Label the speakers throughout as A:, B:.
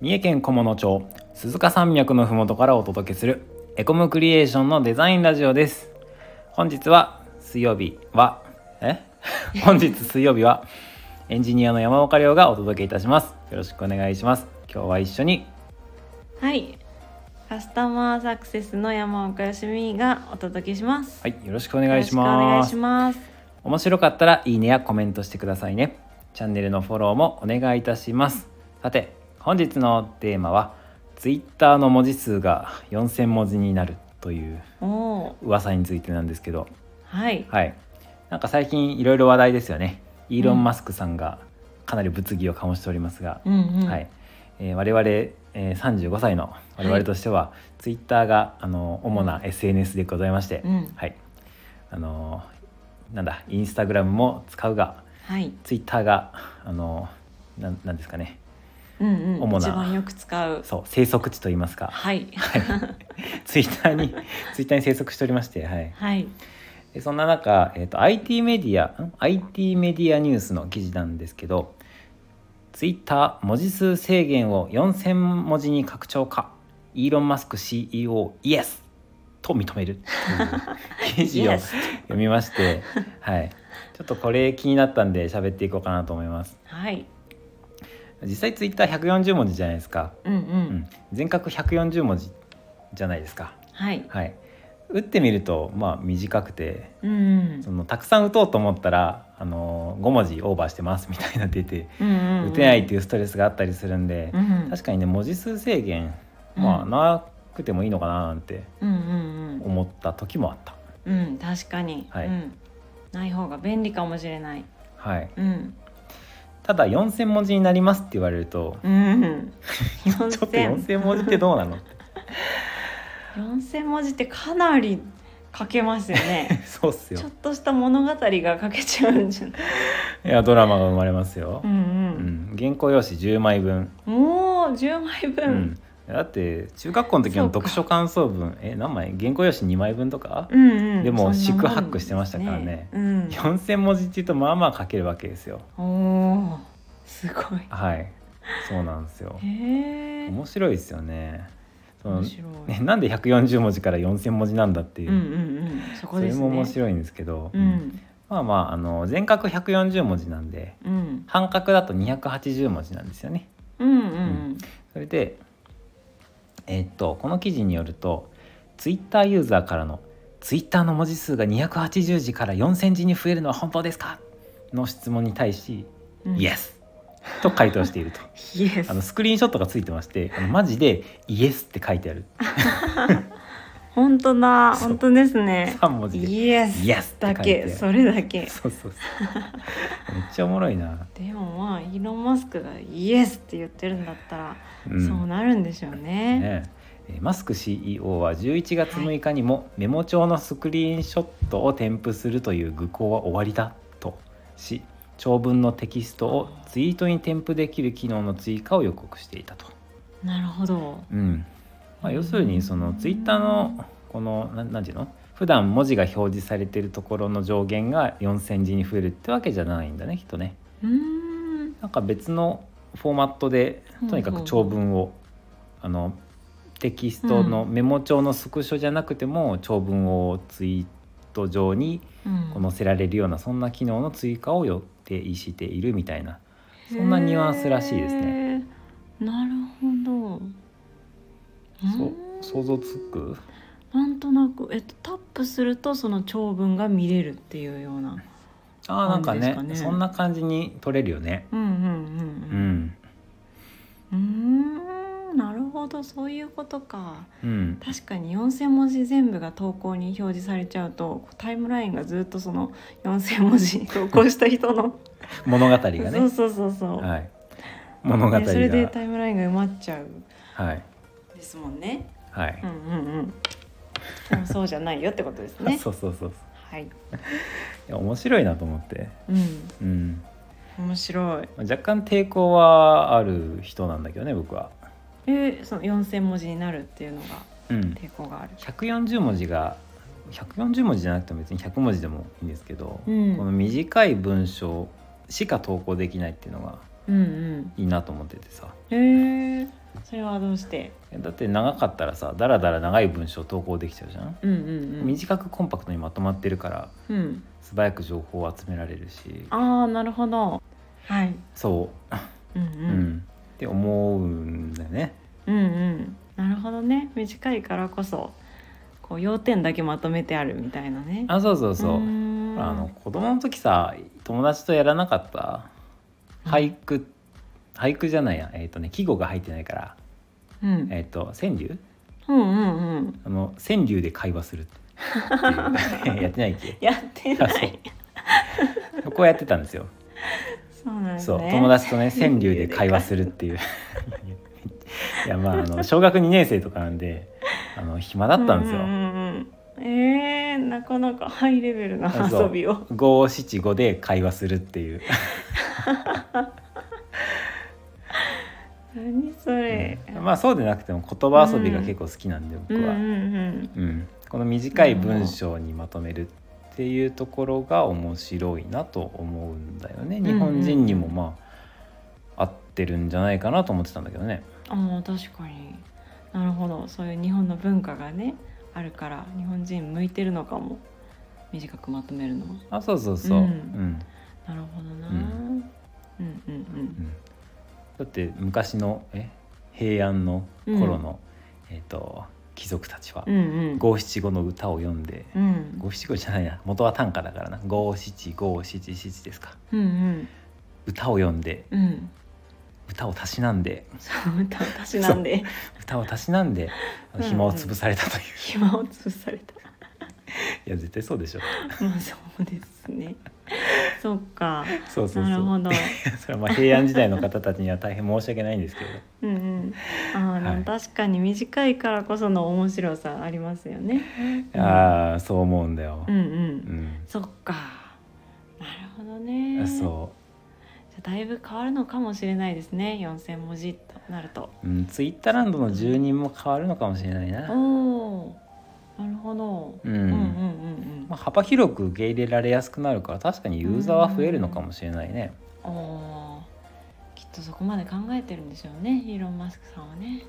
A: 三重県菰野町鈴鹿山脈のふもとからお届けするエコムクリエーションのデザインラジオです本日は水曜日はえ 本日水曜日はエンジニアの山岡亮がお届けいたしますよろしくお願いします今日は一緒に
B: はい。カスタマーサクセスの山岡よしみがお届けします。
A: はいよろしくお
B: お
A: 願いしま
B: お願い
A: す
B: します。
A: 面白かったらいいねやコメントしてくださいねチャンネルのフォローもお願いいたしますさて本日のテーマは Twitter の文字数が4000文字になるという
B: おおー。
A: 噂についてなんですけど
B: はい。
A: はいなんか最近いろいろ話題ですよねイーロ
B: う
A: ン・
B: ん
A: マスクさんがかなり物議を醸しておりますが、
B: うんうん。
A: はい。えー我々、えー35歳の我
B: は
A: 々
B: い
A: としては、ツイッターがあの主な SNS でございまして、
B: うん
A: はいあのーなんだインスタグラムも使うが
B: はい。
A: ツイッターがあのーなんなんですかね
B: うんうん。
A: 主な
B: 一番よく使う。
A: そう生息地といいます か、
B: はい。
A: ツイッターにツイッターに生息しておりまして、はい、
B: はい。
A: でそんな中、えー、と IT メディアん IT メディアニュースの記事なんですけどツイッター文字数制限を4000文字に拡張かイーロン・マスク CEO イエスと認める という記事を
B: Yes
A: 読みまして、はい、ちょっとこれ気になったんで喋っていこうかなと思います
B: はい。
A: 実際ツイッター140文字じゃないですか、
B: うんうん。
A: うん、全角140文字じゃないですか
B: はい。
A: はい打ってみるとまあ短くて
B: うんうん。
A: そのたくさん打とうと思ったら、あの5文字オーバーしてますみたいな出て、
B: うんうんうん。
A: 打てないっていうストレスがあったりするんで
B: う、ん。
A: 確かにね文字数制限
B: うん
A: まあなくてもいいのかななんて
B: うんうん
A: 思った時もあった。
B: うん。うん確かに。
A: はい
B: うん。ない方が便利かもしれない。
A: はい、
B: うん。
A: ただ4,000文字になりますって言われると、
B: うんうん。四
A: ちょっと
B: 千。
A: 4,000文字ってどうな の
B: 四千文字ってかなり書けますよね。
A: そうっすよ
B: ちょっとした物語が書けちゃうんじゃない。
A: いやドラマが生まれますよ
B: う、
A: うんん原稿用紙10枚分、
B: うん。もう十枚
A: う
B: 分。
A: だって中学校の時の
B: そう
A: 読
B: か
A: 書感想文え何枚原稿用紙2枚分とか
B: うん、うん、
A: でも
B: そんな
A: 四苦
B: もん
A: 八苦してましたからね
B: ですね
A: 4,000文字っていうとまあまあ書けるわけですよ
B: うん。おお、すごい。
A: はいそうなんですよ
B: へえ。
A: 面白いですよねその
B: 面白い。
A: ね、なんで140文字から4,000文字なんだっていう、
B: うんうんうん。そこ
A: そ
B: で
A: れ
B: すね。
A: も面白いんですけど、
B: うん
A: まあまああの全角140文字なんで
B: うん
A: 半角だと280文字なんですよね
B: うんうん
A: それでえーっとこの記事によるとツイッターユーザーからの「ツイッターの文字数が280字から4,000字に増えるのは本当ですか?」の質問に対し
B: うん。
A: イエスと回答していると
B: ス。イエス
A: あ。のスクリーンショットがついてましてあのマジで「イエス」って書いてある
B: 本当だ。
A: そう
B: 本当ですね。
A: 3文字で
B: イエ
A: 「
B: ス
A: イエス」って
B: だ
A: 書いて
B: け、それだけ。
A: そうそうそうめっちゃおもろいな、
B: でもまあイーロンマスクがイエスって言ってるんだったら、
A: うん
B: そうなるんでしょうね。
A: ねえーマスク CEO は11月6日にもメモ帳のスクリーンショットを添付するという愚行は終わりだとし長文のテキストをツイートに添付できる機能の追加を予告していたと。
B: なるほど。
A: うんまあ、要するにそのツイッターのこの何て言うの普段文字が表示されてるところの上限が4,000字に増えるってわけじゃないんだねきっとね。
B: うーん。
A: なんか別のフォーマットでとにかく長文を、あのテキストの
B: う
A: メモ帳のスクショじゃなくても長文をツイート上に
B: うん
A: こう載せられるようなそんな機能の追加を予定しているみたいなそんなニュアンスらしいですね。
B: ね。なるほど。
A: そう
B: ーん
A: 想像つく
B: なんとなく、えっと、タップするとその長文が見れるっていうような。
A: あーなんかね
B: 感じですか
A: そ
B: ね
A: んな感じに取れるよね。
B: うんうん
A: う
B: うん
A: ん
B: うん。うーんなるほどそういうことか
A: うん、
B: 確かに4,000文字全部が投稿に表示されちゃうとタイムラインがずっとその4,000文字投稿した人の
A: 物語が
B: そう
A: ね、
B: そうそうそう、
A: はい、物語が、
B: でそれでタイムラインが埋まっちゃう
A: はい
B: ですもんね
A: はい、
B: うんうんうん。でもそうじゃないよってことです ね。
A: そうそうそうそう
B: はい。
A: いや面白いなと思って、
B: うん。
A: うん、
B: 面白い。
A: 若干抵抗はある人なんだけどね僕は、
B: えー、その四千文字になるっていうのが
A: うん、
B: 抵抗がある。
A: 140文字が140文字じゃなくても別に100文字でもいいんですけど、
B: うん
A: この短い文章しか投稿できないっていうのが
B: うんうん。
A: いいなと思っててさ
B: えー、それはどうして
A: えだって長かったらさだらだら長い文章投稿できちゃうじゃん、
B: うんうん
A: 短くコンパクトにまとまってるから
B: うん、うん、
A: 素早く情報を集められるし
B: ああなるほどはい
A: そ
B: うん
A: う、うんって思うんだよね
B: うん、うんうんなるほどね短いからこそこう要点だけまとめてあるみたいなね
A: あそうそうそう、
B: ーん
A: あの子供の時さ友達とやらなかった
B: うん
A: 俳句、俳句じゃないやえっ、とね季語が入ってないから
B: うん、
A: えっ、と川柳
B: うんうんうん
A: あの川柳で会話するっていう やってないっけ
B: やって な
A: あそう
B: い
A: そこをやってたんですよ、
B: そうなんです
A: そう
B: ね
A: 友達とね川柳で会話するって いういやまああの小学2年生とかなんであの暇だったんですよ、
B: ううんうんうんえー、なかなかハイレベルな
A: そう
B: 遊びを
A: 五七五で会話するっていう
B: 何それ、
A: まあそうでなくても言葉遊びが結構好きなんで
B: う
A: 僕
B: んうん
A: は、
B: うん
A: うん、この短い文章にまとめるっていうところが面白いなと思うんだよね、
B: ん
A: 日本人にもまあ合ってるんじゃないかなと思ってたんだけどね
B: ああ確かになるほどそういう日本の文化がねあるから日本人向いてるのかも短くまとめるのは
A: あそうそうそう、う
B: うんんなるほどな、
A: う
B: うんん、うんうん
A: うんだって昔のえ平安の頃の、えっと貴族たちは
B: うんうん
A: 五七五の歌を読んで、
B: うん
A: 五七五じゃないな元は短歌だからな五七五七七ですか
B: うんうん
A: 歌を読んで
B: うん
A: 歌をたしなんで
B: そう歌をたしなんで
A: 歌をたしなんであの
B: うん
A: 暇を潰されたという、
B: 暇を潰された
A: いや絶対そうでしょ
B: まあそうですねそっか
A: そうそうそう
B: なるほど
A: それはまあ平安時代の方たちには大変申し訳ないんですけれど
B: うんうんああ、でも
A: はい
B: 確かに短いからこその面白さありますよね、うん
A: ああそう思うんだよ
B: うんう
A: うんん、
B: そっかなるほどね
A: そ
B: じゃあだいぶ変わるのかもしれないですね4,000文字となると
A: う、うん、ツイッターランドの住人も変わるのかもしれない
B: お
A: な、
B: おーなるほど、
A: うん
B: うん、うんうん
A: まあ、幅広く受け入れられやすくなるから確かにユーザーは増えるのかもしれないね、
B: うんおーきっとそこまで考えてるんでしょうねイーロン・マスクさんはね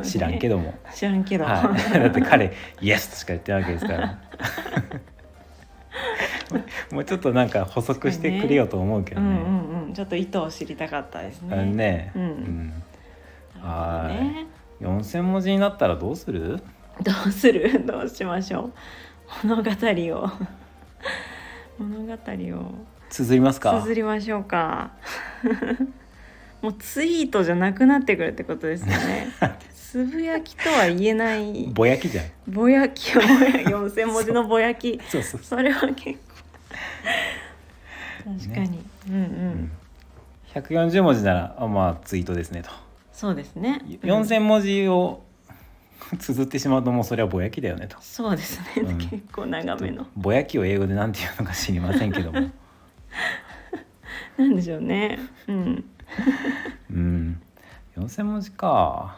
A: 知らんけ
B: ど
A: ども、
B: 知らんけ ど、
A: はい、だって彼「イエス!」しか言ってないわけですからもうちょっとなんか補足してくれよと思うけ
B: う
A: ど
B: ん
A: ね
B: うんうんちょっと意図を知りたかったです
A: あの
B: ね
A: ね、
B: うん
A: うん
B: なるほどね
A: 4,000文字になったらどうする
B: どうする どうしましょう物語を 物語を
A: 綴りますか
B: 綴りましょうか もうツイートじゃなくなってくるってことですよ ねつぶやきとは言えない
A: ぼやきじゃん
B: ぼやき ぼや4,000文字のぼやき
A: そうそう
B: それは結構確かに、うんうん、
A: うん、140文字ならあまあツイートですねと
B: そうですね
A: 4,000文字を 綴ってしまうともうそれはぼやきだよねと
B: そうですね、
A: うん
B: 結構長めの
A: ぼやきを英語でなんて言うのか知りませんけども
B: なんでしょうねうん
A: うん4,000文字か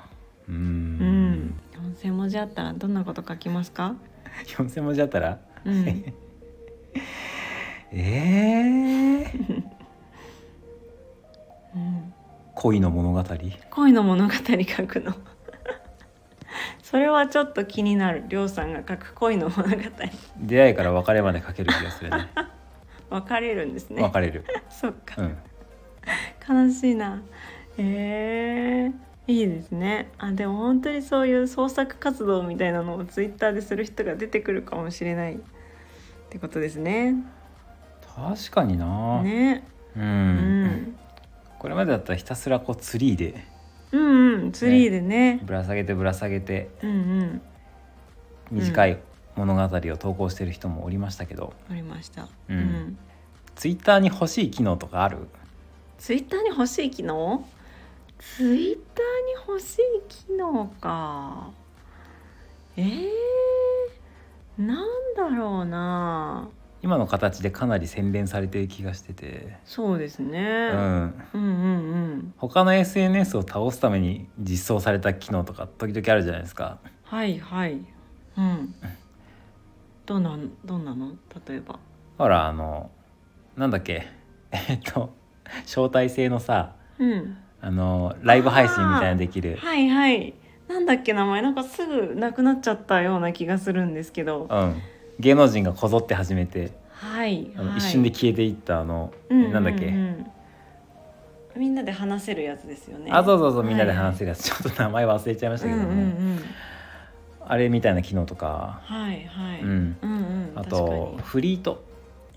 A: うん
B: うん、4,000文字あったらどんなこと書きます か？
A: 4,000文字あったら
B: うん、
A: えー、
B: うん、
A: 恋の物語
B: 恋の物語書くの。 それはちょっと気になる。りょうさんが書く恋の物語、
A: 出会いから別れまで書ける気がするね
B: 分かれるんですね
A: 別。れる
B: そっか
A: う、ん
B: 悲しいな。えー、いいですね。あ、でも本当にそういう創作活動みたいなのをツイッターでする人が出てくるかもしれないってことですね。
A: 確かにな、
B: ね、
A: うん、
B: うん、
A: これまでだったらひたすらこうツリーで
B: うんうん、ツリーでね、
A: ぶら下げてぶら下げて
B: うんうん、
A: 短い物語を投稿してる人もおりましたけど、
B: ありました。
A: うん
B: うん
A: ツイッターに欲しい機能とかある
B: ツイッターに欲しい機能ツイッターに欲しい機能かえー、なんだろうな
A: 今の形でかなり洗練されてる気がしてて、
B: そうです
A: う
B: ね、
A: ん、
B: うん、うんうん
A: 他の SNS を倒すために実装された機能とか時々あるじゃないですか
B: はいはいうんどんなどんなの例えば
A: ほらあのなんだっけえっと招待制のさ
B: うん
A: あのライブ配信みたいなのできる
B: はいはいなんだっけ名前なんかすぐなくなっちゃったような気がするんですけど
A: うん、芸能人がこぞって始めて
B: はい、
A: あの、
B: はい、
A: 一瞬で消えていったあの、
B: う
A: なんだっけ、
B: ううんみんなで話せるやつですよね
A: あそうそうそうみんなで話
B: せ
A: せるやつ、ちょっと名前忘れちゃいましたけ
B: う
A: ど
B: ん
A: ね、
B: うんうん
A: あれみたいな機能とか、
B: はいはい、
A: うん、
B: うんうん
A: あ
B: 確
A: と
B: かに
A: フリート、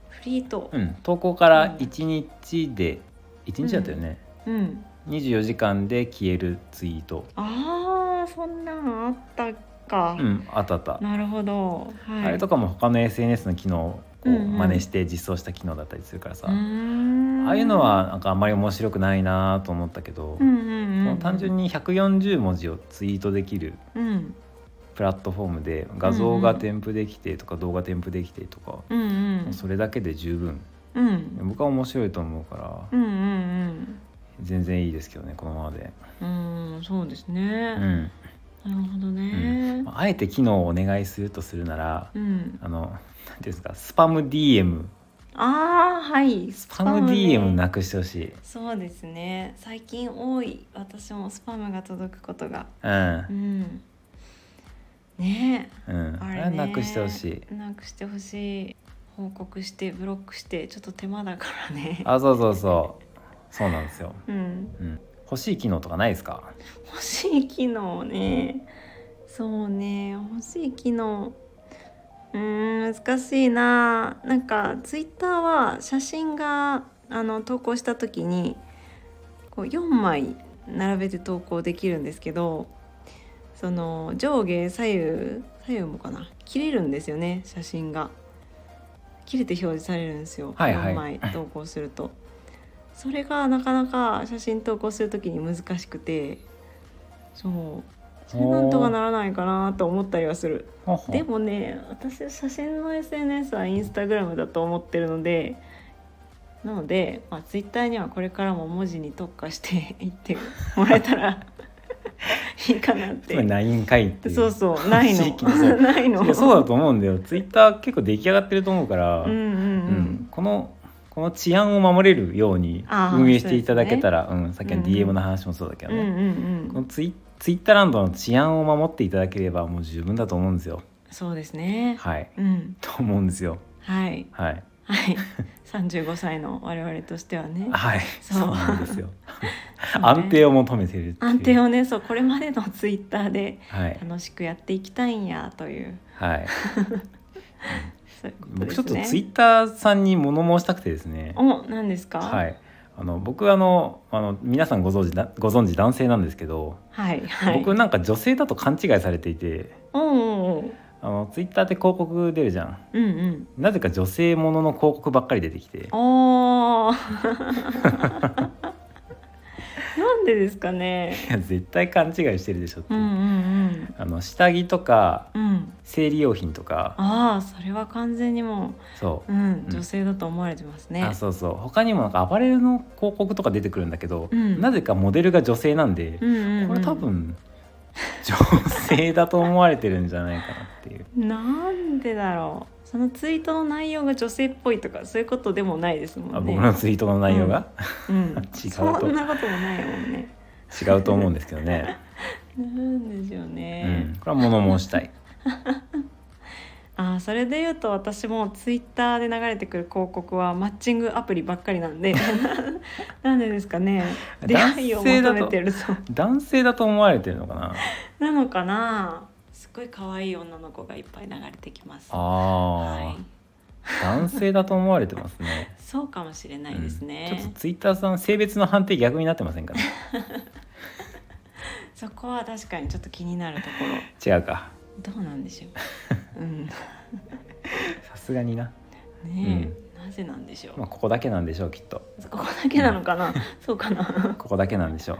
B: フリート
A: うん、投稿から1日で1日だったよね、
B: うん、
A: 24時間で消えるツイート、
B: あーそんなんあったか、
A: うん、あったあった、
B: なるほど、はい、
A: あれとかも他の SNS の機能を
B: うんうん
A: 真似して実装した機能だったりするからさ、
B: うーん
A: ああいうのはなんかあんまり面白くないなと思ったけど、
B: うんうんうん
A: その単純に140文字をツイートできる
B: うん
A: プラットフォームで画像が添付できてとか動画添付できてとか、
B: うんうん
A: それだけで十分
B: うん
A: 僕は面白いと思うから、
B: うんうん
A: 全然いいですけどねこのままで、
B: うんうんそうです
A: う
B: ね、
A: ん
B: なるほど
A: うん
B: ね
A: まああえて機能をお願いするとするなら、
B: うん、
A: あのなんていうんですかスパム DM
B: ああはいス
A: スパム DM
B: ね
A: なくしてほしい、
B: そうですね最近多い私もスパムが届くことが
A: うん
B: うんねえ
A: うん、
B: あ
A: あ
B: れ
A: れ
B: ね
A: はなくしてほしい
B: なくしてほしい報告してブロックしてちょっと手間だからね
A: あそうそうそうそうなんですよ、
B: うん
A: うん、欲しい機能とかないですか
B: 欲しい機能ねそうね欲しい機能うーん難しいななんかツイッターは写真があの投稿した時にこう4枚並べて投稿できるんですけどその上下左右左右もかな切れるんですよね写真が切れて表示されるんですよ、
A: はいはい
B: 4枚投稿するとそれがなかなか写真投稿する時に難しくてそうそれなんとかならないかなと思ったりはする
A: ほうほう
B: でもね私写真の SNS はインスタグラムだと思ってるのでなので、まあ、ツイッターにはこれからも文字に特化して いってもらえたら いいか
A: つ
B: なっ
A: まり
B: て
A: ないんかいっていう
B: そうそうない
A: 地域のそ
B: の
A: う
B: ないの
A: いやそうだと思うんだよツイッター結構出来上がってると思うから、
B: うんう
A: う
B: んうんん、
A: このこの治安を守れるように
B: あー
A: 運営していただけたらう、ん、さっきの DM の話もそうだけど
B: うんう
A: ね、
B: ん
A: こ
B: う
A: の
B: ん
A: ツイツイッターランドの治安を守っていただければもう十分だと思うんですよ
B: そうですね
A: はい
B: うん
A: と思うんですよ
B: はい
A: はい
B: はい35歳の我々としてはね
A: はい
B: そう
A: そうなんですよ
B: そうね
A: 安定を求めてるっていう
B: 安定をねそうこれまでのツイッターで
A: はい
B: 楽しくやっていきたいんやという
A: はい
B: そういうことで
A: 僕ち
B: す
A: ょっと
B: ね。
A: ツイッターさんに物申したくてですね
B: お何ですか。
A: はいいあの僕あのあの皆さんご存知だご存知男性なんですけど
B: はいはい。
A: 僕なんか女性だと勘違いされていて
B: うんうんうん
A: あのツイッターって広告出るじゃん
B: うん
A: なぜか女性ものの広告ばっかり出てきて
B: うん。おお。なんでですかね。
A: いや絶対勘違いしてるでしょって
B: う
A: い
B: ん
A: う、
B: うん
A: あの下着とか
B: うん。うん。
A: 生理用品とか
B: ああそれは完全にも、
A: そうう、
B: うん
A: う、ん
B: 女性だと思われてますね。
A: あそうそう他にもなんかアパレルの広告とか出てくるんだけど、
B: うん
A: なぜかモデルが女性なんで、
B: うんうんうん。
A: これ多。分女性だと思われてるんじゃないかなっていう
B: なんでだろう。そのツイートの内容が女性っぽいとかそういうことでもないですもんね。
A: あ僕のツイートの内容が
B: うん、
A: 違うと
B: そんなこともないもんね。
A: 違うと思うんですけどね、
B: なんでしょう
A: う
B: ね
A: ん。、これは物申したい
B: あーそれで言うと私もツイッターで流れてくる広告はマッチングアプリばっかりなん でなんでですかね出会いを求めてると
A: 男性だと思われてるのかな
B: なのかなすっごい可愛い女の子がいっぱい流れてきます
A: あ、
B: は
A: あ
B: い、
A: ー、男性だと思われてますね
B: そうかもしれ ないです
A: うんちょっ
B: ね
A: と、ツイッターさん性別の判定逆になってませんかね
B: そこは確かにちょっと気になるとこ
A: 違うか
B: ろどうなんでしょ ううんね
A: さすがにな、
B: え、なぜなんでしょう、
A: まあ、ここだけなんでしょうきっと
B: ここだけなの かな、そうかな
A: ここだけなんでしょう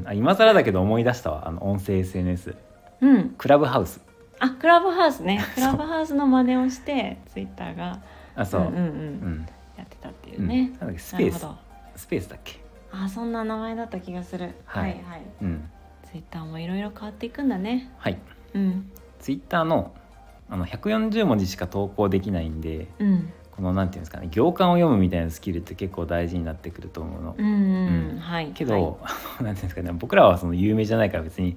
A: うんあ今更だけど思い出したわあの音声 SNS
B: うん
A: クラブハウス
B: あクラブハウス ねクラブハウスの真似をしてツイッターが
A: あそう、うん
B: うんうん
A: う
B: うん、
A: ん
B: やってたっていうね
A: なん、だっけス
B: な
A: ペ
B: る
A: ー
B: ほ
A: ス
B: ど
A: スペースだっけ
B: あそんな名前だった気がする
A: は
B: はいいはい
A: うん
B: ツイッターもいろいろ変わっていくんだね
A: はい
B: うん
A: ツイッターのあの140文字しか投稿できないんで
B: うん
A: こそのなんていうんですかね行間を読むみたいなスキルって結構大事になってくると思うの
B: う。んうん、
A: うん
B: はい
A: けど、 なんていうんですかね僕らはその有名じゃないから別に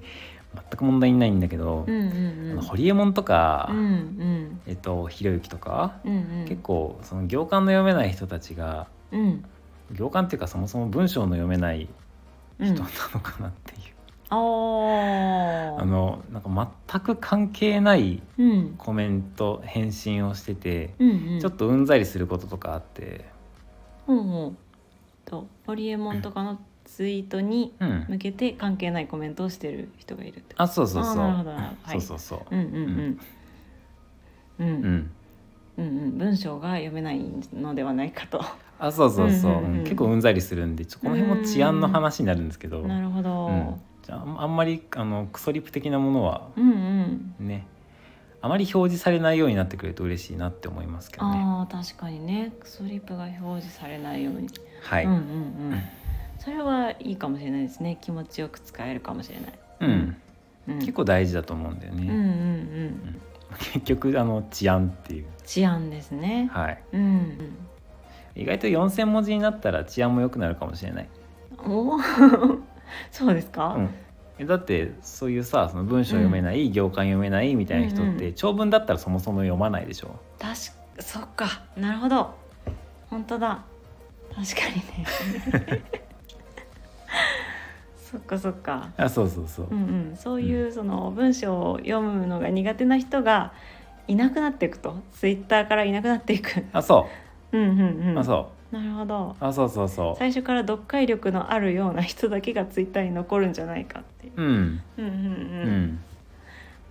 A: 全く問題ないんだけど、
B: はい、うんうん
A: あ
B: うん
A: のホリエモンとか、
B: うんうん
A: えっとひろゆきとか、
B: うんうん
A: 結構その行間の読めない人たちが
B: うん
A: 行間っていうかそもそも文章の読めない
B: うん
A: 人なのかなっていう、
B: あ
A: あ
B: あ
A: のなんか全く関係ない
B: うん
A: コメント返信をしてて、
B: うんうん
A: ちょっとうんざりすることとかあって、
B: うんうんとホリエモンとかのツイートに
A: うん
B: 向けて関係ないコメントをしてる人がいるってこ
A: あそうそう
B: あ
A: そ
B: ー
A: う、
B: なるほどなるほどはい
A: そうそう
B: とうんうん
A: そう、うん、
B: うんうんうんうん文章が読めないのではないかと
A: あそうそうそう,、
B: うんうんうん
A: うん結構うんざりするんでちょこの辺も治安の話になるんですけど、
B: なるほど、
A: うんじゃああんあんまりあのクソリップ的なものは
B: うんうん
A: ねあまり表示されないようになってくれると嬉しいなって思いますけどね。
B: ああ確かにねクソリップが表示されないように、
A: はい、
B: うんうんうんそれはいいかもしれないですね気持ちよく使えるかもしれない、
A: うん
B: うん、
A: 結構大事だと思うんだよ
B: うんうんう
A: ね。
B: ん
A: 結局あの治安っていう、
B: 治安ですね、
A: はい、
B: うん
A: 意外と4,000文字になったら治安も良くなるかもしれない。
B: おー そうですか、
A: うんえだってそういうさその文章読めない、行間読めないみたいな人っ
B: うんう
A: て長文だったらそもそも読まないでしょ。
B: 確かそっかなるほど本当だ確かにね そっかそっか
A: あそうそうそう。
B: うんうんそういうその文章を読むのが苦手な人がいなくなっていくとツイッターからいなくなっていく
A: あそ
B: うんうんう
A: う、
B: ん
A: あそう
B: なるほど
A: あそうそうそ
B: 最初から読解力のあるような人だけがツイッターに残るんじゃないかっていう
A: う。うん
B: うん
A: う
B: うんうん、
A: ん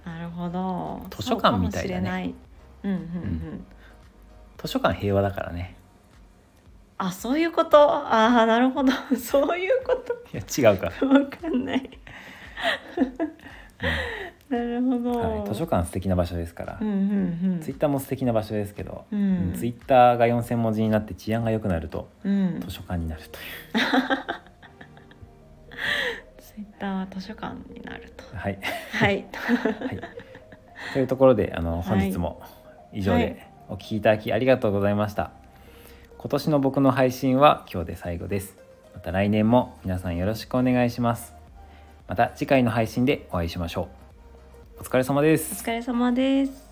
B: なるほど
A: 図書館みたいだね
B: そうかもしれないうんうんうん
A: 図書館平和だからね。
B: あそういうことああなるほど そういうこ
A: いや違うか。
B: とわかんない なるほど、
A: はい、図書館素敵な場所ですから、
B: うんうん
A: ツイッターも素敵な場所ですけど、
B: うん
A: うんツイッターが4,000文字になって治安が良くなると
B: うん、うん、
A: 図書館になるとい
B: ツイッターは図書館になると
A: う。はい、
B: はい
A: はい、というところであの
B: は
A: 本
B: い
A: 日も以上
B: は
A: で
B: い
A: お聞きいただきありがとうございました、今年の僕の配信は今日で最後ですまた来年も皆さんよろしくお願いしますまた次回の配信でお会いしましょうお疲れ様で
B: お
A: す
B: 疲れ様です